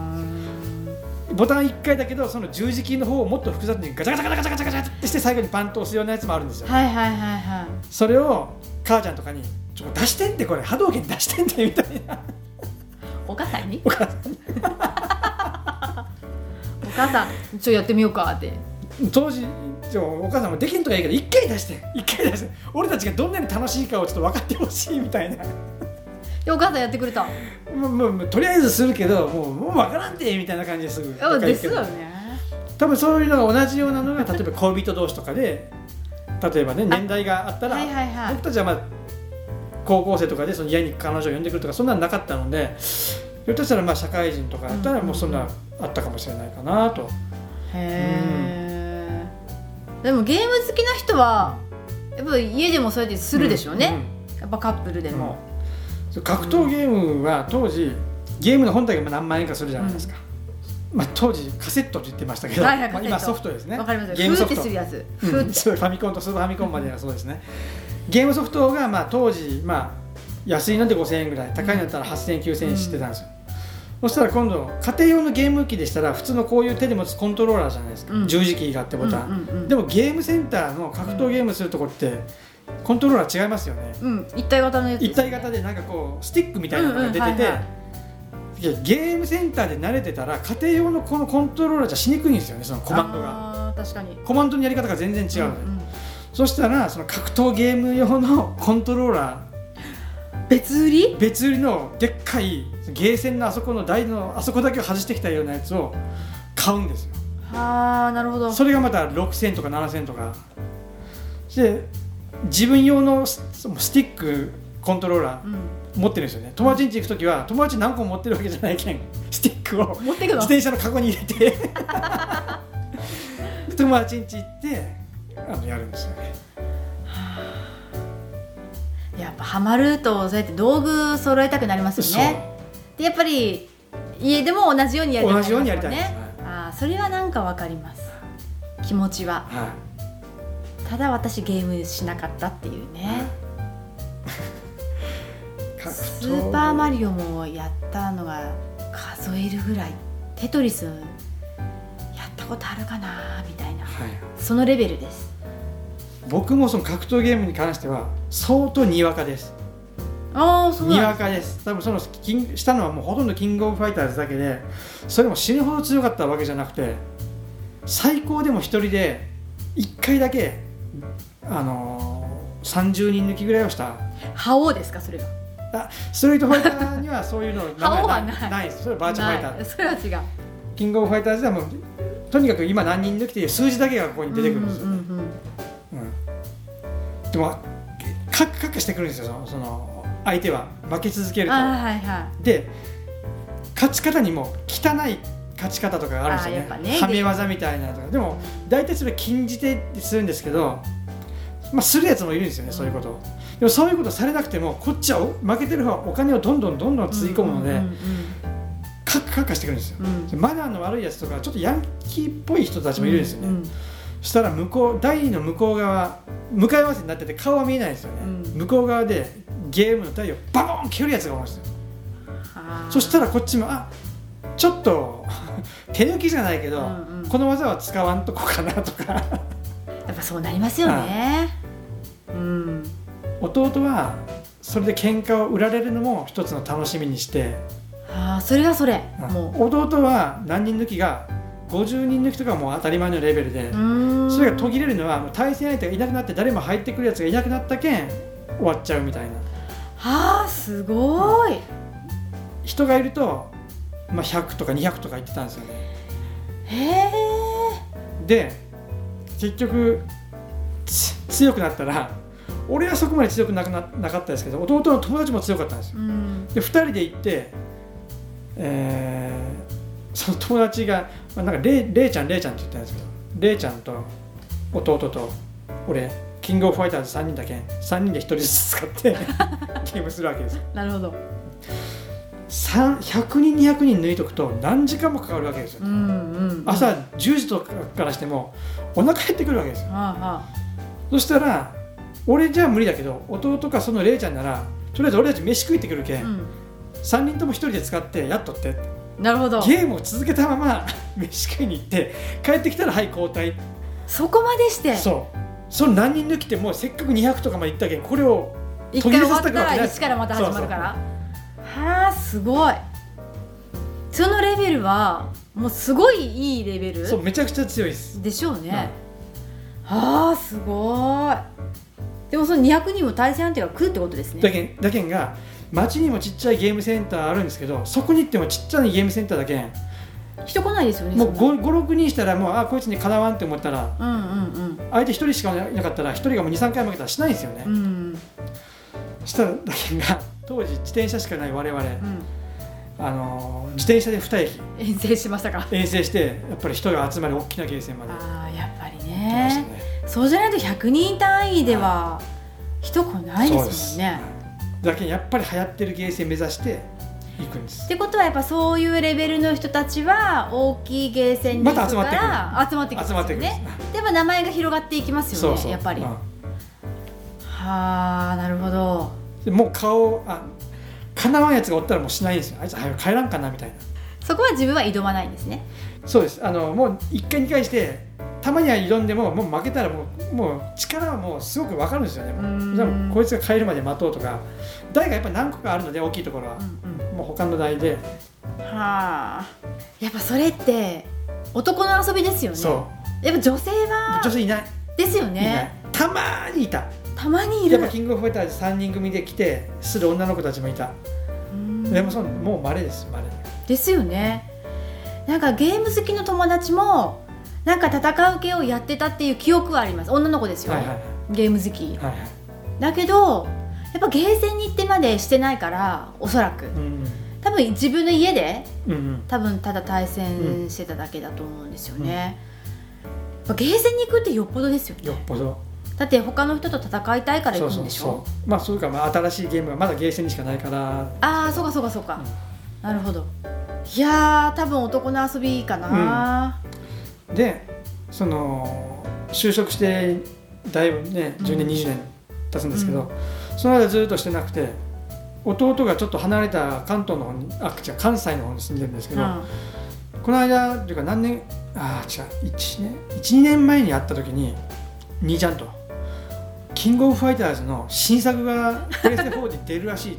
S2: ん
S1: ボタン1回だけどその十字キーの方をもっと複雑にガチャガチャガチャガチャガチャガチャってして最後にパンと押すようなやつもあるんですよ、
S2: はいはいはいはい
S1: それを母ちゃんとかに「ちょ出してんってこれ波動拳出してんって」みたいな
S2: お母さんに
S1: お母さん
S2: お母さんちょやってみようかって
S1: 当時ちょお母さんもできんとかいいけど1回出して1回出して俺たちがどんなに楽しいかをちょっと分かってほしいみたいな
S2: でお母さんやってくれた
S1: もうもうもうとりあえずするけどもうもう分からんてみたいな感じですぐ
S2: あ
S1: 理解
S2: で
S1: る
S2: す
S1: けど
S2: よね
S1: 多分そういうのが同じようなのが例えば恋人同士とか で例えばね年代があったら
S2: はいはいはい
S1: 僕たちはまあ高校生とかでその家に彼女を呼んでくるとかそんなのなかったのでひょっとしたらまあ社会人とかだったらもうそんなあったかもしれないかなと、
S2: へえ、でもゲーム好きな人はやっぱ家でもそうやってするでしょうね、やっぱカップルで
S1: うんうん
S2: も、
S1: そう格闘ゲームは当時ゲームの本体が何万円かするじゃないですか、まあ、当時カセットって言ってましたけど、
S2: はいはい
S1: まあ
S2: カ
S1: 今
S2: セッ
S1: ソ
S2: ト
S1: フトですね
S2: わかります
S1: ゲーム
S2: ふ
S1: ソ
S2: ーっ
S1: フ
S2: て
S1: ト
S2: するやつ
S1: う
S2: ふ
S1: ん
S2: ーって、
S1: そうファミコンとスーパーファミコンまではそうですねゲームソフトがまあ当時まあ安いので5000円ぐらい高いのだったら8000円9000円してたんですよ、そしたら今度家庭用のゲーム機でしたら普通のこういう手で持つコントローラーじゃないですか、
S2: うん
S1: 十字キーがあってボタン、
S2: うんうんうん
S1: でもゲームセンターの格闘ゲームするとこってコントローラー違いますよね、
S2: うん、一体型のやつ、
S1: 一体型でなんかこうスティックみたいなのが出てて、
S2: うんうんはいはい
S1: やゲームセンターで慣れてたら家庭用のこのコントローラーじゃしにくいんですよねそのコマンドが
S2: あー確かに
S1: コマンドのやり方が全然違うので、
S2: んん
S1: そしたらその格闘ゲーム用のコントローラ
S2: 別売り
S1: ー別売りのでっかいゲーセンのあそこの台のあそこだけを外してきたようなやつを買うんですよ
S2: ああなるほど
S1: それがまた6000とか7000とかで自分用のスそのスティックコントローラ
S2: う
S1: ー
S2: ん、
S1: 持ってるんですよね友達ん家行く時は友達何個も持ってるわけじゃないけ んスティックを
S2: 持って
S1: 自
S2: くの
S1: 転車のカゴに入れて で友達ん家行ってあのやるんですよね
S2: やっぱハマるとそうやって道具揃えたくなりますよねでやっぱり家でも同じようにやりたい
S1: 同じようにやりたいです
S2: ねあーそれはなんかわかります気持ちは
S1: はい、は
S2: ただ私ゲームしなかったっていうね、
S1: い、 格闘
S2: スーパーマリオもやったのが数えるぐらいテトリスやったことあるかなみたいな
S1: はい
S2: そのレベルです
S1: 僕もその格闘ゲームに関しては相当にわかです
S2: ああそう
S1: に
S2: な
S1: わ
S2: ん
S1: かです多分そのキンしたのはもうほとんどキングオブファイターズだけでそれも死ぬほど強かったわけじゃなくて最高でも一人で1回だけあのー30人抜きぐらいをした
S2: 覇王ですかそれが
S1: あストリートファイターにはそういうの名前
S2: 顔はない
S1: ないですそれはバーチャルファイタ
S2: な
S1: ー
S2: いそれは違う
S1: キングオブファイターズではもうとにかく今何人抜きっていう数字だけがここに出てくるんですよ、
S2: うんうんうん
S1: うんでもカクカクしてくるんですよそのその相手は負け続けると
S2: ああはいはい
S1: で勝ち方にも汚い勝ち方とかがあるんですよ
S2: あーやっぱ
S1: ね
S2: ね
S1: はめ技みたいなのとかでも大体それ禁じてするんですけど、まあ、するやつもいるんですよね、
S2: うん
S1: そういうことをでもそういうことされなくてもこっちはお負けてる方はお金をどんどんどんどんつぎ込むので、
S2: うん
S1: カクカクしてくるんですよ
S2: うんうんうん
S1: でマナーの悪いやつとかちょっとヤンキーっぽい人たちもいるんですよね、
S2: うんうん
S1: そしたら向こう台の向こう側向かい合わせになってて顔は見えないんですよね、
S2: うん
S1: 向こう側でゲームの台をバコーン蹴るやつがおるんですよ
S2: あー
S1: そしたらこっちもあちょっと 手抜きじゃないけど、
S2: うんうん
S1: この技は使わんとこかなとか
S2: やっぱそうなりますよねうん
S1: 弟はそれで喧嘩を売られるのも一つの楽しみにして、
S2: ああそれはそれ
S1: うん
S2: も
S1: 弟は何人抜きが50人抜きとかはもう当たり前のレベルで、
S2: ううん
S1: それが途切れるのはもう対戦相手がいなくなって誰も入ってくるやつがいなくなったけん終わっちゃうみたいな
S2: はあすごい
S1: 人がいると、まあ、100とか200とか言ってたんですよね
S2: へえ
S1: で結局つ強くなったら俺はそこまで強くなくななかったですけど弟の友達も強かったんですよ
S2: うん
S1: で2人で行って、えーその友達が、まあ、なんかレイレイちゃんレイちゃんって言ったんですけどレイちゃんと弟と俺キングオブファイターズ3人だけん3人で1人ずつ使ってゲームするわけです
S2: なるほど
S1: 3 100人200人抜いとくと何時間もかかるわけですよ、
S2: うんうん
S1: 朝10時とかからしてもお腹減ってくるわけですよ
S2: あ
S1: そしたら俺じゃ無理だけど弟かそのレイちゃんならとりあえず俺たち飯食いってくるけ
S2: あ、
S1: ん、
S2: う
S1: 3人とも1人で使ってやっとって
S2: ん、なるほど
S1: ゲームを続けたまま 飯食いに行って帰ってきたらはい交代
S2: そこまでして
S1: そうその何人抜きってもうせっかく200とかまで行ったけんこれを
S2: 一
S1: 途切
S2: 回
S1: れさ
S2: 終わ
S1: せ
S2: った
S1: くわ
S2: た
S1: けない
S2: ら一からまた始まるからはあすごいそのレベルはもうすごいいいレベル
S1: そうめちゃくちゃ強いです
S2: でしょうね、はあすごいでもその200人も対戦相手が来るってことです
S1: だ
S2: ね
S1: けんだけんが町にもちっちゃいゲームセンターあるんですけどそこに行ってもちっちゃいゲームセンターだけん
S2: 人来ないですよね
S1: もう
S2: そんな
S1: 56人したらもうあこいつにかなわんって思ったら
S2: うんうん
S1: 相手1人しかいなかったら1人がもう23回負けたらしないんですよね、
S2: うんうん
S1: しただけが当時自転車しかない我々、
S2: うん
S1: あのー自転車で2駅
S2: 遠征しましたか
S1: 遠征してやっぱり人が集まる大きなゲーセンまで行き
S2: ああやっぱり
S1: ました
S2: ね
S1: ね、
S2: そうじゃないと100人単位では人来ないですも
S1: そう
S2: んね
S1: ですだけどやっぱり流行ってるゲーセン目指して行くんで
S2: っ
S1: す
S2: てことはやっぱそういうレベルの人たちは大きいゲーセンに行
S1: ま
S2: くか
S1: た集まってくる
S2: ら集まってきます
S1: 集
S2: よ
S1: まってくるんです
S2: ねでも名前が広がっていきますよねやっぱり、
S1: うん
S2: はあなるほど
S1: でもう顔をあかなわんやつがおったらもうしないんですよあいつ早く帰らんかなみたいな
S2: そこは自分は挑まないんですね
S1: そうですあのもう1回2回してたまには挑んでももう負けたらもうもう力はもうすごくわかるんですよねもう
S2: うん
S1: でもこいつが帰るまで待とうとか台がやっぱ何個かあるので大きいところは
S2: う、ん
S1: もう他の台で、
S2: うんはあやっぱそれって男の遊びですよね
S1: そ
S2: やっぱ女性
S1: う
S2: は
S1: 女性いない、
S2: ですよ
S1: いない
S2: ね
S1: たまーにいた
S2: たまにい
S1: やっ
S2: る
S1: ぱキングオブファイターズ3人組で来てする女の子たちもいた、
S2: うん
S1: でもそのもう稀です稀
S2: ですよねなんかゲーム好きの友達もなんか戦う系をやってたっていう記憶はあります女の子ですよ、
S1: はいはいはい
S2: ゲーム好き
S1: はいはい
S2: だけどやっぱゲーセンに行ってまでしてないからおそらく
S1: うん
S2: 多分自分の家で
S1: うんうん
S2: 多分ただ対戦してただけだと思うんですよね、やっぱゲーセンに行くってよっぽどですよ
S1: よっ
S2: ね
S1: ぽど
S2: だって他の人と戦いたいから
S1: そ
S2: 行
S1: う
S2: く
S1: そ
S2: ん
S1: う
S2: でしょ
S1: そうまあそういうか、まあ、新しいゲームはまだゲーセンにしかないから
S2: ああそうかそうかそうか、なるほどいやー多分男の遊びかな、
S1: でその就職してだいぶね10年、
S2: うん
S1: 20年経つんですけど、その間ずっとしてなくて弟がちょっと離れた関東の方にあ違う関西の方に住んでるんですけ
S2: うん
S1: ど、この間というか何年ああ違う1年12年前に会った時に兄ちゃんと「キングオブファイターズ」の新作がプレステ4で出るらし い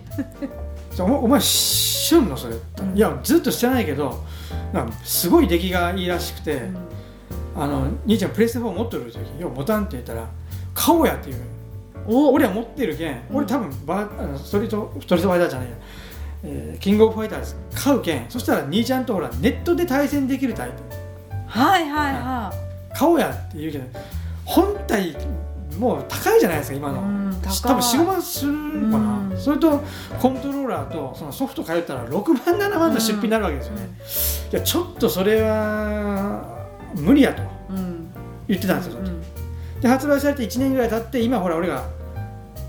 S1: そうおお前知るのそれ、いやずっとしてないけどなんかすごい出来がいいらしくて、
S2: うん
S1: あの兄ちゃんプレステ4持ってる時「ようボタン」って言ったら「買おうや」って言うのよ
S2: お
S1: 俺は持ってるけん
S2: うん
S1: 俺多分バーあのストリートストリートファイターじゃないや、えーキングオブファイターズ買うけんそしたら兄ちゃんとほらネットで対戦できるタイプ
S2: はいはいは
S1: 買おうやって言うけど本体もう高いじゃないですか今
S2: い、
S1: の、
S2: うん、高い
S1: 多分45万するのかな、
S2: うん
S1: それとコントローラーとそのソフト変えたら6万7万の出費になるわけですよね、いやちょっとそれは無理やと
S2: うん
S1: 言ってたんですよ、
S2: うん
S1: で発売されて1年ぐらい経って今ほら俺が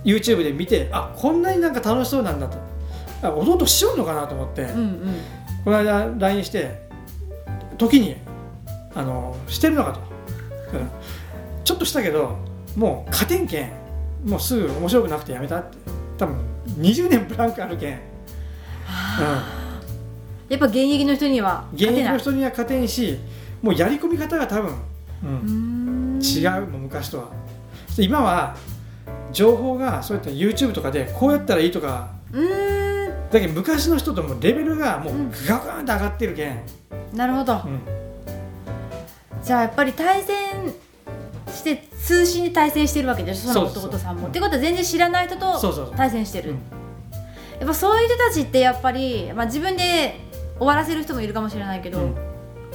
S1: YouTube で見てあこんなになんか楽しそうなんだとあ弟しようのかなと思って、
S2: うんうん
S1: この間 LINE して時にあの「してるのかと」うんちょっとしたけどもう勝てんけんもうすぐ面白くなくてやめた」って多分20年ブランクあるけん、うん、
S2: やっぱ現役の人には
S1: 現
S2: 勝て
S1: 役
S2: ない
S1: の人には勝てんしもうやり込み方が多分、うん
S2: うーん
S1: 違うもう昔とは今は情報がそういった YouTube とかでこうやったらいいとか
S2: うー
S1: だけど昔の人ともうレベルがもう
S2: うん
S1: ガガーンと上がってるけん、
S2: んなるほど
S1: うん
S2: じゃあやっぱり対戦して通信で対戦してるわけでしょその
S1: そうそうそう
S2: 弟さんも
S1: うん
S2: ってことは全然知らない人
S1: そう
S2: と
S1: そうそう
S2: 対戦してる
S1: うん
S2: やっぱそういう人たちってやっぱり、まあ、自分で終わらせる人もいるかもしれないけど、
S1: うん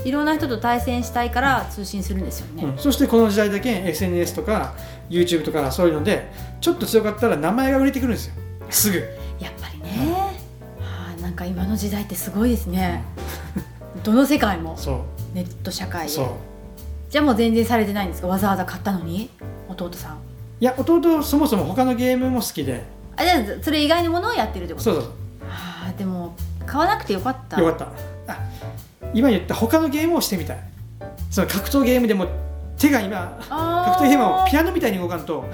S2: いろんな人と対戦したいから通信するんですよね、
S1: うんそしてこの時代だけ SNS とか YouTube とかそういうのでちょっと強かったら名前が売れてくるんですよすぐ
S2: やっぱりね、はあ、なんか今の時代ってすごいですねどの世界も
S1: そ
S2: ネット社
S1: う
S2: 会
S1: そう
S2: じゃあもう全然されてないんですかわざわざ買ったのに弟さん
S1: いや弟そもそも他のゲームも好きで
S2: あじゃあそれ以外のものをやってるってこと
S1: そうそうそ
S2: はあでも買わなくてよかった
S1: うよかったあ今言った他のゲームをしてみたいその格闘ゲームでも手が今
S2: あ
S1: 格闘ゲームはピ
S2: ア
S1: アノみたいに動かん と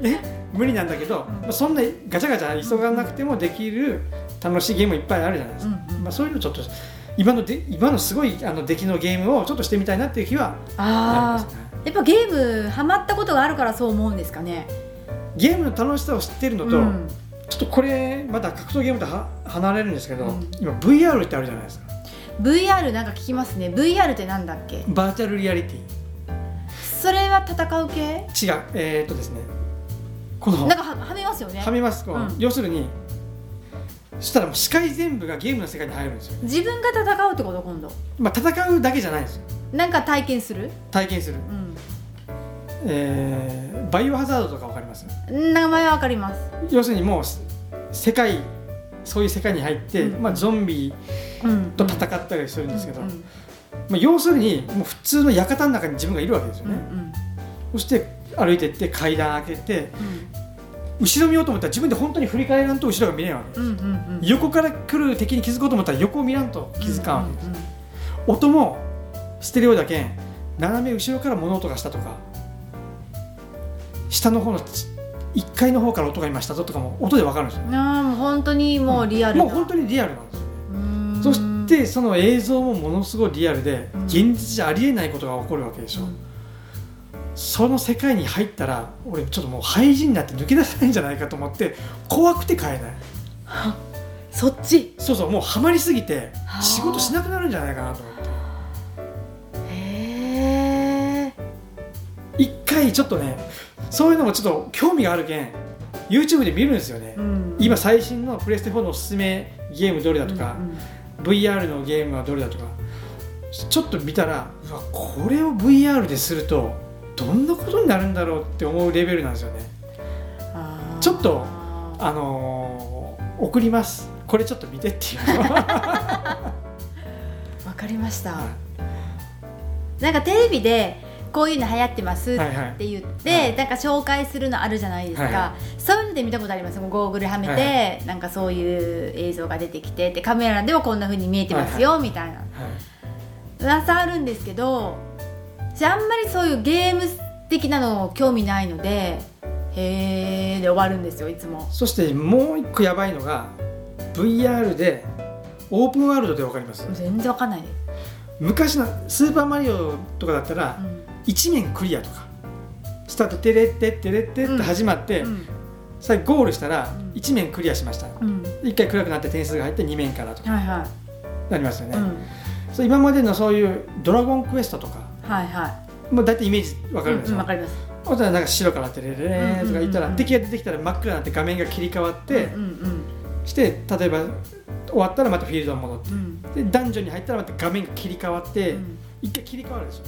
S1: ね無理なんだけど、まあそんなガチャガチャ急がなくてもできる楽しいゲームいっぱいあるじゃないですか、
S2: うんうん
S1: まあ、そういうのちょっと今ので今のすごいあの出来のゲームをちょっとしてみたいなっていう気はあり
S2: あ
S1: ますね
S2: ーやっぱゲームハマったことがあるからそう思うんですかね
S1: ゲームの楽しさを知ってるのと、
S2: うん
S1: ちょっとこれまだ格闘ゲームとは離れるんですけど、
S2: うん
S1: 今 VR ってあるじゃないですか
S2: VR なんか聞きますね VR ってなんだっけ
S1: バーチャルリアリティ
S2: それは戦う系
S1: 違うえー、っとですねこの
S2: なんかははめますよね
S1: はめますこう、
S2: うん
S1: 要するにそしたらもう視界全部がゲームの世界に入るんですよ
S2: 自分が戦うってこと今度
S1: まあ、戦うだけじゃないんですよ
S2: なんか体験する
S1: 体験する、えーバイオハザードとかわかります
S2: うん名前はわかります
S1: 要するにもうす世界そういう世界に入って、
S2: うん
S1: まあ、ゾンビ
S2: うん
S1: と戦ったりするんですけど、
S2: うん
S1: まあ、要するにもう普通の館の中に自分がいるわけですよ
S2: うんう
S1: ね、
S2: ん
S1: そして歩いてって階段開けて
S2: うん
S1: 後ろ見ようと思ったら自分で本当に振り返らんと後ろが見れんわけ、
S2: うんうんうん
S1: 横から来る敵に気づこうと思ったら横を見らんと気づかんわけです、
S2: うんうんうん
S1: 音もステレオだけん斜め後ろから物音がしたとか下の方の1階の方から音がいましたぞとかも音でわかるんですよ
S2: あーもう本当にもうリアルな、
S1: もう本当にリアルなんですよ
S2: うん
S1: そしてその映像もものすごいリアルで
S2: うん
S1: 現実じゃありえないことが起こるわけでしょ、その世界に入ったら俺ちょっともう廃人になって抜け出せないんじゃないかと思って怖くて買えない
S2: そっち
S1: そうそうもうハマりすぎて
S2: はあ
S1: 仕事しなくなるんじゃないかなと思って
S2: へえ
S1: 一回ちょっとねそういうのもちょっと興味があるけん YouTube で見るんですよね、今最新のプレステ4のおすすめゲームどれだとか、VR のゲームはどれだとかちょっと見たらうわこれを VR でするとどんなことになるんだろうって思うレベルなんですよねちょっとあのー送りますこれちょっと見てっていうの
S2: わかりました、
S1: は
S2: なんかテレビでこういうの流行ってますって
S1: はいはい
S2: 言って、
S1: はい
S2: なんか紹介するのあるじゃないですか、
S1: はいは
S2: そういうので見たことありますもうゴーグルはめて、
S1: は
S2: なんかそういう映像が出てきてでカメラでもこんな風に見えてますよ、みたいな
S1: はい
S2: 噂あるんですけど私あんまりそういうゲーム的なの興味ないのでへーで終わるんですよいつも
S1: そしてもう一個やばいのが VR でオープンワールドでわかります
S2: 全然わかんないです、
S1: 昔の「スーパーマリオ」とかだったら
S2: うん
S1: 一面クリアとかスタートテレッテッテレッテって始まって、
S2: うん
S1: 最後ゴールしたら
S2: うん
S1: 一面クリアしました
S2: うん
S1: 一回暗くなって点数が入って二面からとか
S2: はいは
S1: なりますよ
S2: い、
S1: ね、
S2: うん
S1: そう今までのそういう「ドラゴンクエスト」とか
S2: はいは
S1: もう大体イメージわか
S2: い
S1: るんです
S2: うん
S1: よ、
S2: わかります
S1: ほんとはなんか白からテレレレーとか言ったら、
S2: うんうんうん
S1: 敵が出てきたら真っ暗になって画面が切り替わって、
S2: うんうん
S1: して例えば終わったらまたフィールドに戻って
S2: うんうん
S1: でダンジョンに入ったらまた画面が切り替わって、
S2: うん
S1: 一回切り替わるでし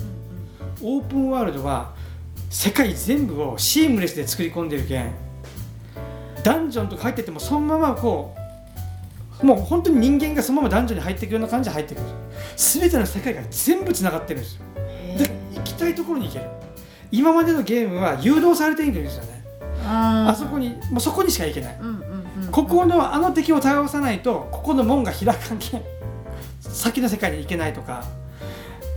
S1: ょ
S2: うん
S1: オープンワールドは世界全部をシームレスで作り込んでるけんダンジョンとか入っててもそのままこうもう本当に人間がそのままダンジョンに入っていくような感じで入ってくる全ての世界が全部つながってるんですよ
S2: へ
S1: で行きたいところに行ける今までのゲームは誘導されているんですよね、
S2: あ
S1: あそこにもうそこにしか行けない
S2: うんうんうん
S1: ここのあの敵を倒さないとここの門が開かんけん先の世界に行けないとか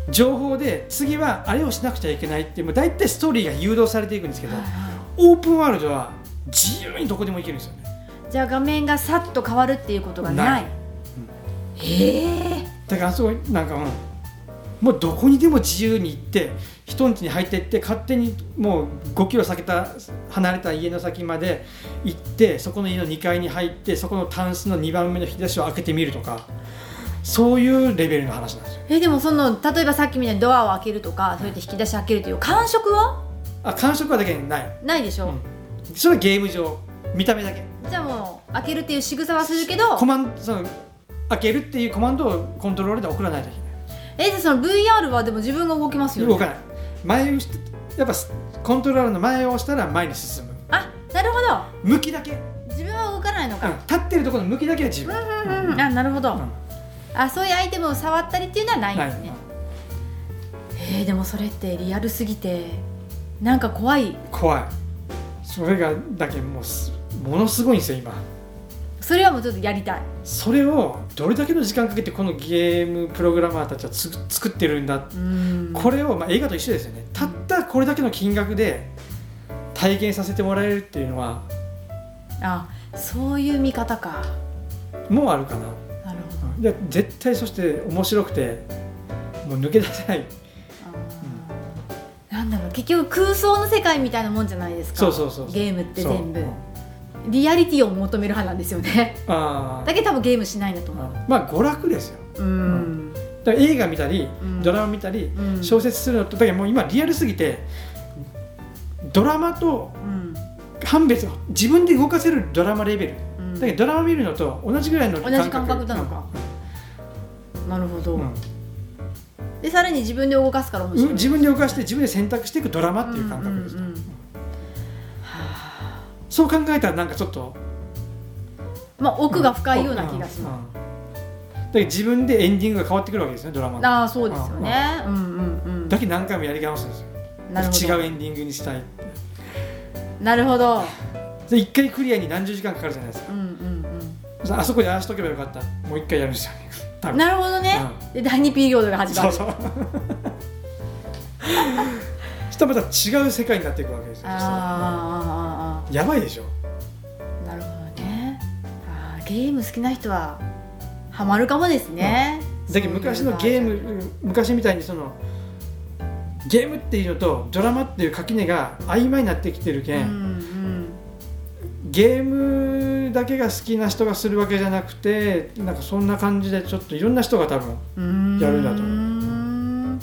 S1: 情報で次はあれをしなくちゃいけないってもう大体ストーリーが誘導されていくんですけど
S2: はいは
S1: オープンワールドは自由にどこでも行けるんですよね
S2: いじゃあ画面がさっと変わるっていうことがない
S1: ない
S2: へえ
S1: だからあそこなんかもうもうどこにでも自由に行って人ん家に入っていって勝手にもう5キロ避けた離れた家の先まで行ってそこの家の2階に入ってそこのタンスの2番目の引き出しを開けてみるとかそういうレベルの話なんですよ
S2: えでもその例えばさっきみたいにドアを開けるとかそうやって引き出し開けるという感触は
S1: あ感触はだけない
S2: ないでしょ、
S1: それはゲーム上見た目だけ
S2: じゃあもう開けるっていう仕草はするけど
S1: コマンドその開けるっていうコマンドをコントローラーで送らないといけない
S2: えじゃあその VR はでも自分が動きますよね
S1: 動かない前をしてやっぱコントローラーの前を押したら前に進む
S2: あなるほど
S1: 向きだけ、
S2: 自分は動かないの
S1: う
S2: か、
S1: ん立ってるところの向きだけは自分、
S2: うんあなるほど、
S1: うん
S2: あそういうアイテムを触ったりっていうのはないんですね、
S1: ない
S2: えーでもそれってリアルすぎてなんか怖い
S1: 怖いそれがだけもうすものすごいんですよ今
S2: それはもうちょっとやりたい
S1: それをどれだけの時間かけてこのゲームプログラマーたちはつ作ってるんだ
S2: うん
S1: これを、まあ、映画と一緒ですよねたったこれだけの金額で体験させてもらえるっていうのは
S2: あそういう見方か
S1: もうあるかな
S2: なるほど
S1: で絶対そして面白くてもう抜け出せない
S2: あーなんだろう結局空想の世界みたいなもんじゃないですか
S1: そうそうそうそう
S2: ゲームって全部
S1: そう
S2: リアリティを求める派なんですよね
S1: あ
S2: だけど多分ゲームしないんだ
S1: ー
S2: と思う
S1: あまあ娯楽ですよ
S2: うん
S1: だから映画見たり、
S2: うん
S1: ドラマ見たり、
S2: うん
S1: 小説するのとだけどもう今リアルすぎてドラマと
S2: うん
S1: 判別自分で動かせるドラマレベル
S2: うん
S1: だけどドラマ見るのと同じぐらいの
S2: 同
S1: 感
S2: じ
S1: 覚
S2: 感覚なのか、なるほど、
S1: うんうん
S2: でさらに自分で動かすから面白い、
S1: 自分で動かして自分で選択していくドラマっていう感覚です、
S2: うんうんうんはあ
S1: そう考えたらなんかちょっと
S2: まあ奥が深いような気がします、
S1: うんうんだけど自分でエンディングが変わってくるわけですねドラマの
S2: ああそうですよねうんうんうん
S1: だけど何回もやり直すんですよ
S2: なるほど
S1: 違うエンディングにしたい
S2: なるほど
S1: で一回クリアに何十時間かかるじゃないです
S2: うんうん
S1: かあそこでああしとけばよかったもう一回やるん ですよね多
S2: うん
S1: 分
S2: なるほどね、で第二ピリオドが始ま
S1: そ
S2: る
S1: うそう したらまた違う世界になっていくわけですよそしたら
S2: あーあーあ
S1: やばいでしょ
S2: ーなるほどねあーゲーム好きな人はハマるかもですね、
S1: だけど昔のゲーム昔みたいにそのゲームっていうのとドラマっていう垣根が曖昧になってきてるけ、
S2: うんん
S1: ゲームだけが好きな人がするわけじゃなくてなんかそんな感じでちょっといろんな人が多分
S2: うんうん
S1: やるんだと思う
S2: 思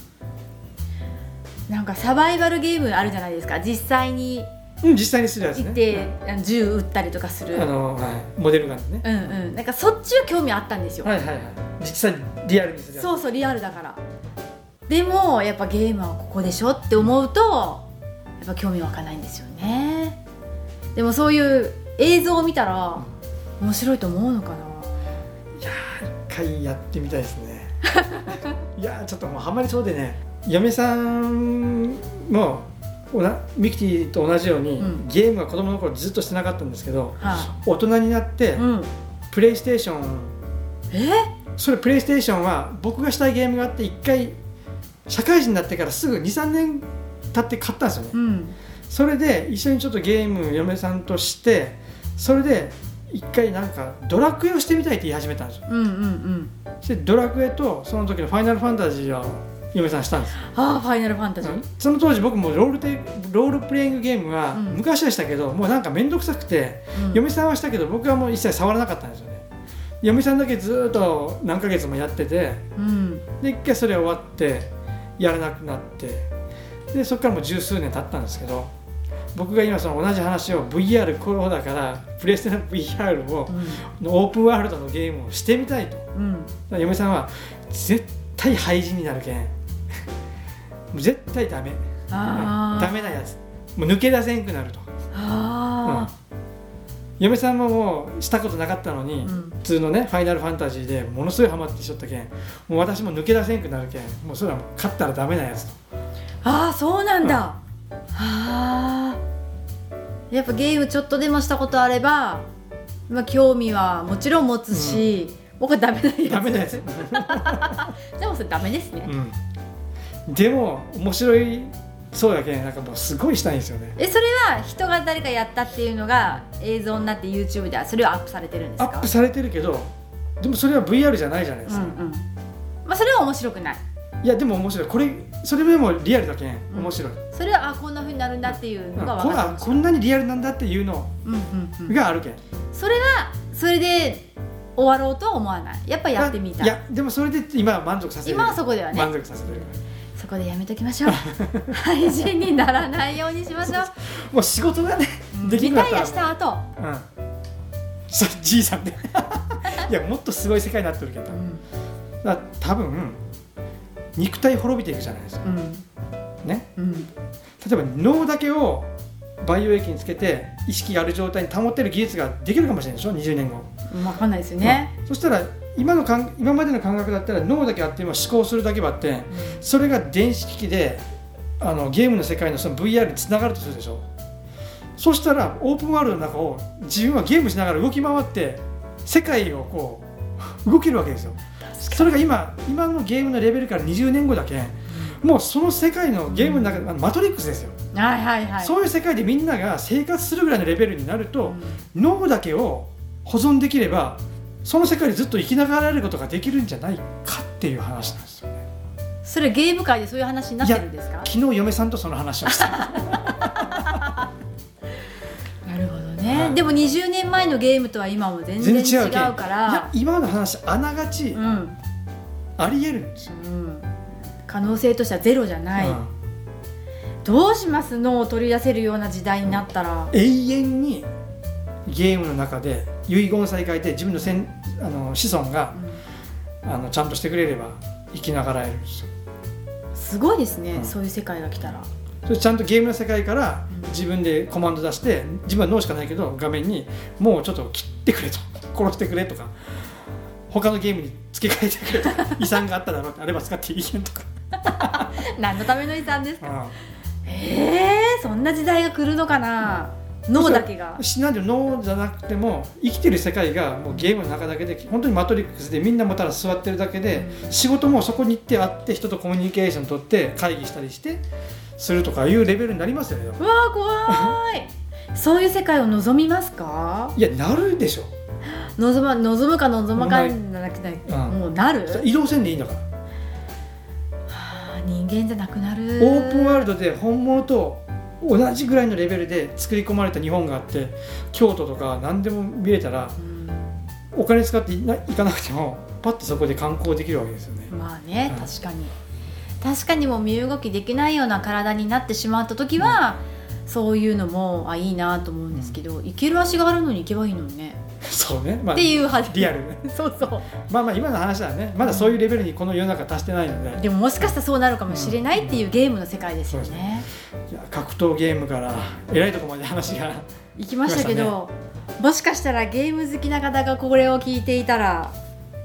S2: なんかサバイバルゲームあるじゃないですか実際に
S1: うん実際にするやつ
S2: 行
S1: ね
S2: って、あの銃撃ったりとかする
S1: うんあの、はい、モデルガンでね、
S2: うんうんなんかそっちは興味あったんですよ、
S1: はいはいはい実際にリアルにするやつ
S2: そうそうリアルだからでもやっぱゲームはここでしょって思うとやっぱ興味湧かないんですよねでもそういう映像を見たら面白いと思うのかない
S1: やー一回やってみたいですねいやーちょっともうハマりそうでね嫁さんもおなミキティと同じように、
S2: うん
S1: ゲームは子供の頃ずっとしてなかったんですけど
S2: は
S1: 大人になって、
S2: いうん、
S1: プレイステーション
S2: え
S1: それプレイステーションは僕がしたいゲームがあって一回社会人になってからすぐ23年経って買ったんですよね
S2: うん
S1: それで一緒にちょっとゲーム嫁さんとしてそれで一回なんかドラクエをしてみたいって言い始めたんですよ
S2: うんうんうん
S1: そしてドラクエとその時の「ファイナルファンタジー」を嫁さんしたんですよ
S2: ああファイナルファンタジー
S1: その当時僕もロールテロールプレイングゲームは
S2: うん
S1: 昔でしたけど、もうなんか面倒くさくて、
S2: うん
S1: 嫁さんはしたけど僕はもう一切触らなかったんですよね嫁さんだけずっと何ヶ月もやってて
S2: うん
S1: で一回それ終わってやらなくなってでそこからもう十数年経ったんですけど僕が今その同じ話を VR コロナからプレステの VR をのオープンワールドのゲームをしてみたいと
S2: うん
S1: 嫁さんは絶対廃人になるけん 絶対ダメ
S2: ああ
S1: ダメなやつもう抜け出せんくなると
S2: あ
S1: 嫁さんももうしたことなかったのに、
S2: あうん
S1: 普通のね「ファイナルファンタジー」でものすごいハマってしとったけんもう私も抜け出せんくなるけんもうそれはもう勝ったらダメなやつと
S2: ああそうなんだ、はあやっぱゲームちょっとでもしたことあれば、まあ、興味はもちろん持つし、僕はダメなやつ
S1: ダメなや つ、
S2: でもそれダメですね、
S1: うん、でも面白いそうやけんなんかもうすごいしたいんですよね
S2: えそれは人が誰かやったっていうのが映像になって YouTube ではそれをアップされてるんです
S1: ア
S2: か
S1: ップされてるけどでもそれは VR じゃないじゃないです
S2: う
S1: か、
S2: んうんまあ、それは面白くない
S1: いやでも面白いこれそれでもリアルだけん
S2: ん
S1: 面白い、
S2: それはあこんなふうになるんだっていう
S1: う
S2: の
S1: ん
S2: が
S1: こら
S2: 分か
S1: こんなにリアルなんだっていうの
S2: る、うんうんうん、
S1: があるけん、
S2: それはそれで終わろうとは思わないやっぱやってみたい
S1: いやでもそれで今は満足させる
S2: 今はそこではね
S1: 満足させてる
S2: そこでやめときましょう廃人にならないようにしましょ
S1: もう仕事がね、
S2: う
S1: でき
S2: リ
S1: なかっ
S2: タイ
S1: た
S2: アした後、
S1: うんさじいさんで いやもっとすごい世界になってるけど多分だから多分肉体滅びていくじゃないですか
S2: うん
S1: ね
S2: うん
S1: 例えば脳だけを培養液につけて意識がある状態に保てる技術ができるかもしれないでしょ20年後
S2: 分かんないですよね、
S1: そしたら今のかん今までの感覚だったら脳だけあっても思考するだけはあってそれが電子機器であのゲームの世界のその VR につながるとするでしょそしたらオープンワールドの中を自分はゲームしながら動き回って世界をこう動けるわけですよそれが今今のゲームのレベルから20年後だけもうその世界のゲームの中、あのマトリックスですよ、
S2: はいはいはい
S1: そういう世界でみんなが生活するぐらいのレベルになると、
S2: うん
S1: 脳だけを保存できればその世界でずっと生きながられることができるんじゃないかっていう話なんですよね
S2: それゲーム界でそういう話になってるんですか
S1: 昨日嫁さんとその話をした
S2: なるほどね、
S1: はい
S2: でも20年前のゲームとは今も全然
S1: 全然違
S2: 違
S1: う
S2: う
S1: け
S2: か
S1: んいや
S2: ら
S1: 今の話あながち
S2: うん、
S1: ありえるんですよ、
S2: うん、可能性としてはゼロじゃない、
S1: うん
S2: どうします脳を取り出せるような時代になったら、
S1: 永遠にゲームの中で遺言再開で自分の先あの子孫があのちゃんとしてくれれば生きながらえるんですよ
S2: すごいですね、
S1: うん
S2: そういう世界が来たら
S1: それちゃんとゲームの世界から自分でコマンド出して自分は脳しかないけど画面にもうちょっと切ってくれと殺してくれとか他のゲームに付け替えてくれとか遺産があっただろうってあれば使っていいやんとか、
S2: 何のための遺産ですかえー、そんな時代が来るのかな、脳だけが
S1: うん、死なんで脳じゃなくても生きてる世界がもうゲームの中だけで本当にマトリックスでみんなもただ座ってるだけで仕事もそこに行って会って人とコミュニケーション取って会議したりしてするとかいうレベルになりますよねでも
S2: うわー怖いそういう世界を望みますか
S1: いやなるでしょ
S2: 望,、ま、望むか望まか
S1: 望
S2: じゃなくて、
S1: うん
S2: もうなる
S1: 移動せんでいいんだから
S2: はあ人間じゃなくなる
S1: オープンワールドで本物と同じぐらいのレベルで作り込まれた日本があって京都とか何でも見れたら
S2: うん
S1: お金使っていな行かなくてもパッとそこで観光できるわけですよね。
S2: まあね
S1: うん
S2: 確かに確かにもう身動きできないような体になってしまった時は、そういうのもあいいなと思うんですけど、行ける足があるのに行けばいいのにね、
S1: そうね、まあ
S2: っ、ていうは
S1: リアル
S2: そうそう
S1: まあまあ今の話はねまだそういうレベルにこの世の中達してないので
S2: でももしかしたらそうなるかもしれないっていうゲームの世界ですよ
S1: そうです
S2: ね
S1: いや格闘ゲームからえらいとこまで話が
S2: 行きましたけどもしかしたらゲーム好きな方がこれを聞いていたら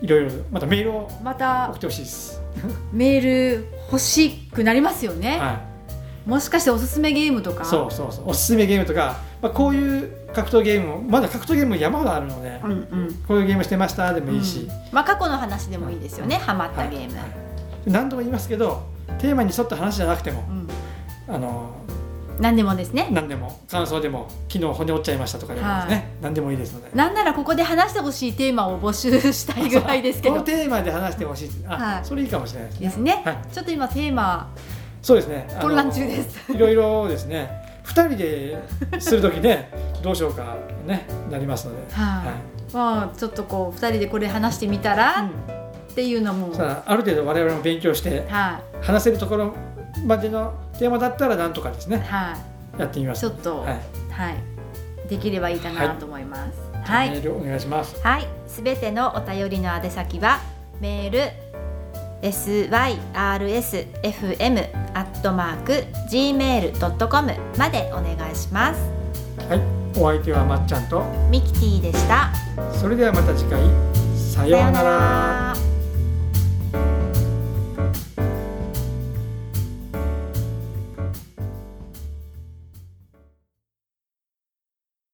S1: いろいろまたメールを
S2: ま
S1: 送ったてほしいです
S2: メール欲しくなりますよね、
S1: は
S2: もしかしておすすめゲームとか
S1: いそうそうそうおすすめゲームとか、まあ、こういう格闘ゲームもまだ格闘ゲーム山ほどあるので
S2: うんうん
S1: こういうゲームしてましたでもいいし、
S2: うんまあ、過去の話でもいいですよね、ハマったゲー
S1: はい
S2: ム、
S1: はい何度も言いますけどテーマに沿った話じゃなくても
S2: うん、
S1: あの
S2: 何でもですね
S1: 何でも感想でも昨日骨折っちゃいましたとかでもですね、
S2: はい
S1: 何でもいいですので
S2: なんならここで話してほしいテーマを募集したいぐらいですけ
S1: こ
S2: ど
S1: のテーマで話してほしいですあ、
S2: はい
S1: それいいかもしれないですね
S2: ですね、
S1: はい
S2: ちょっと今テーマ
S1: そうですねあの
S2: 混乱中で す
S1: いろいろですね2人でする時ねどうしようかねなりますので、
S2: はいまあちょっとこう2人でこれ話してみたら、
S1: はい
S2: っていうのも
S1: うん
S2: はい、
S1: さあある程度我々も勉強して話せるところまでのテーマだったらなんとかですね
S2: は
S1: やってみま
S2: い、
S1: す
S2: ちょっと、
S1: は
S2: はい
S1: い、
S2: できればいいかなと思います。はい、
S1: メールお願いします
S3: はい、すべてのお便りの宛先はメール syrsfm@gmail.com までお願いします。
S1: はいお相手はまっちゃんと
S3: ミキティでした。
S1: それではまた次回さよう
S3: さよう
S1: なら。
S3: なら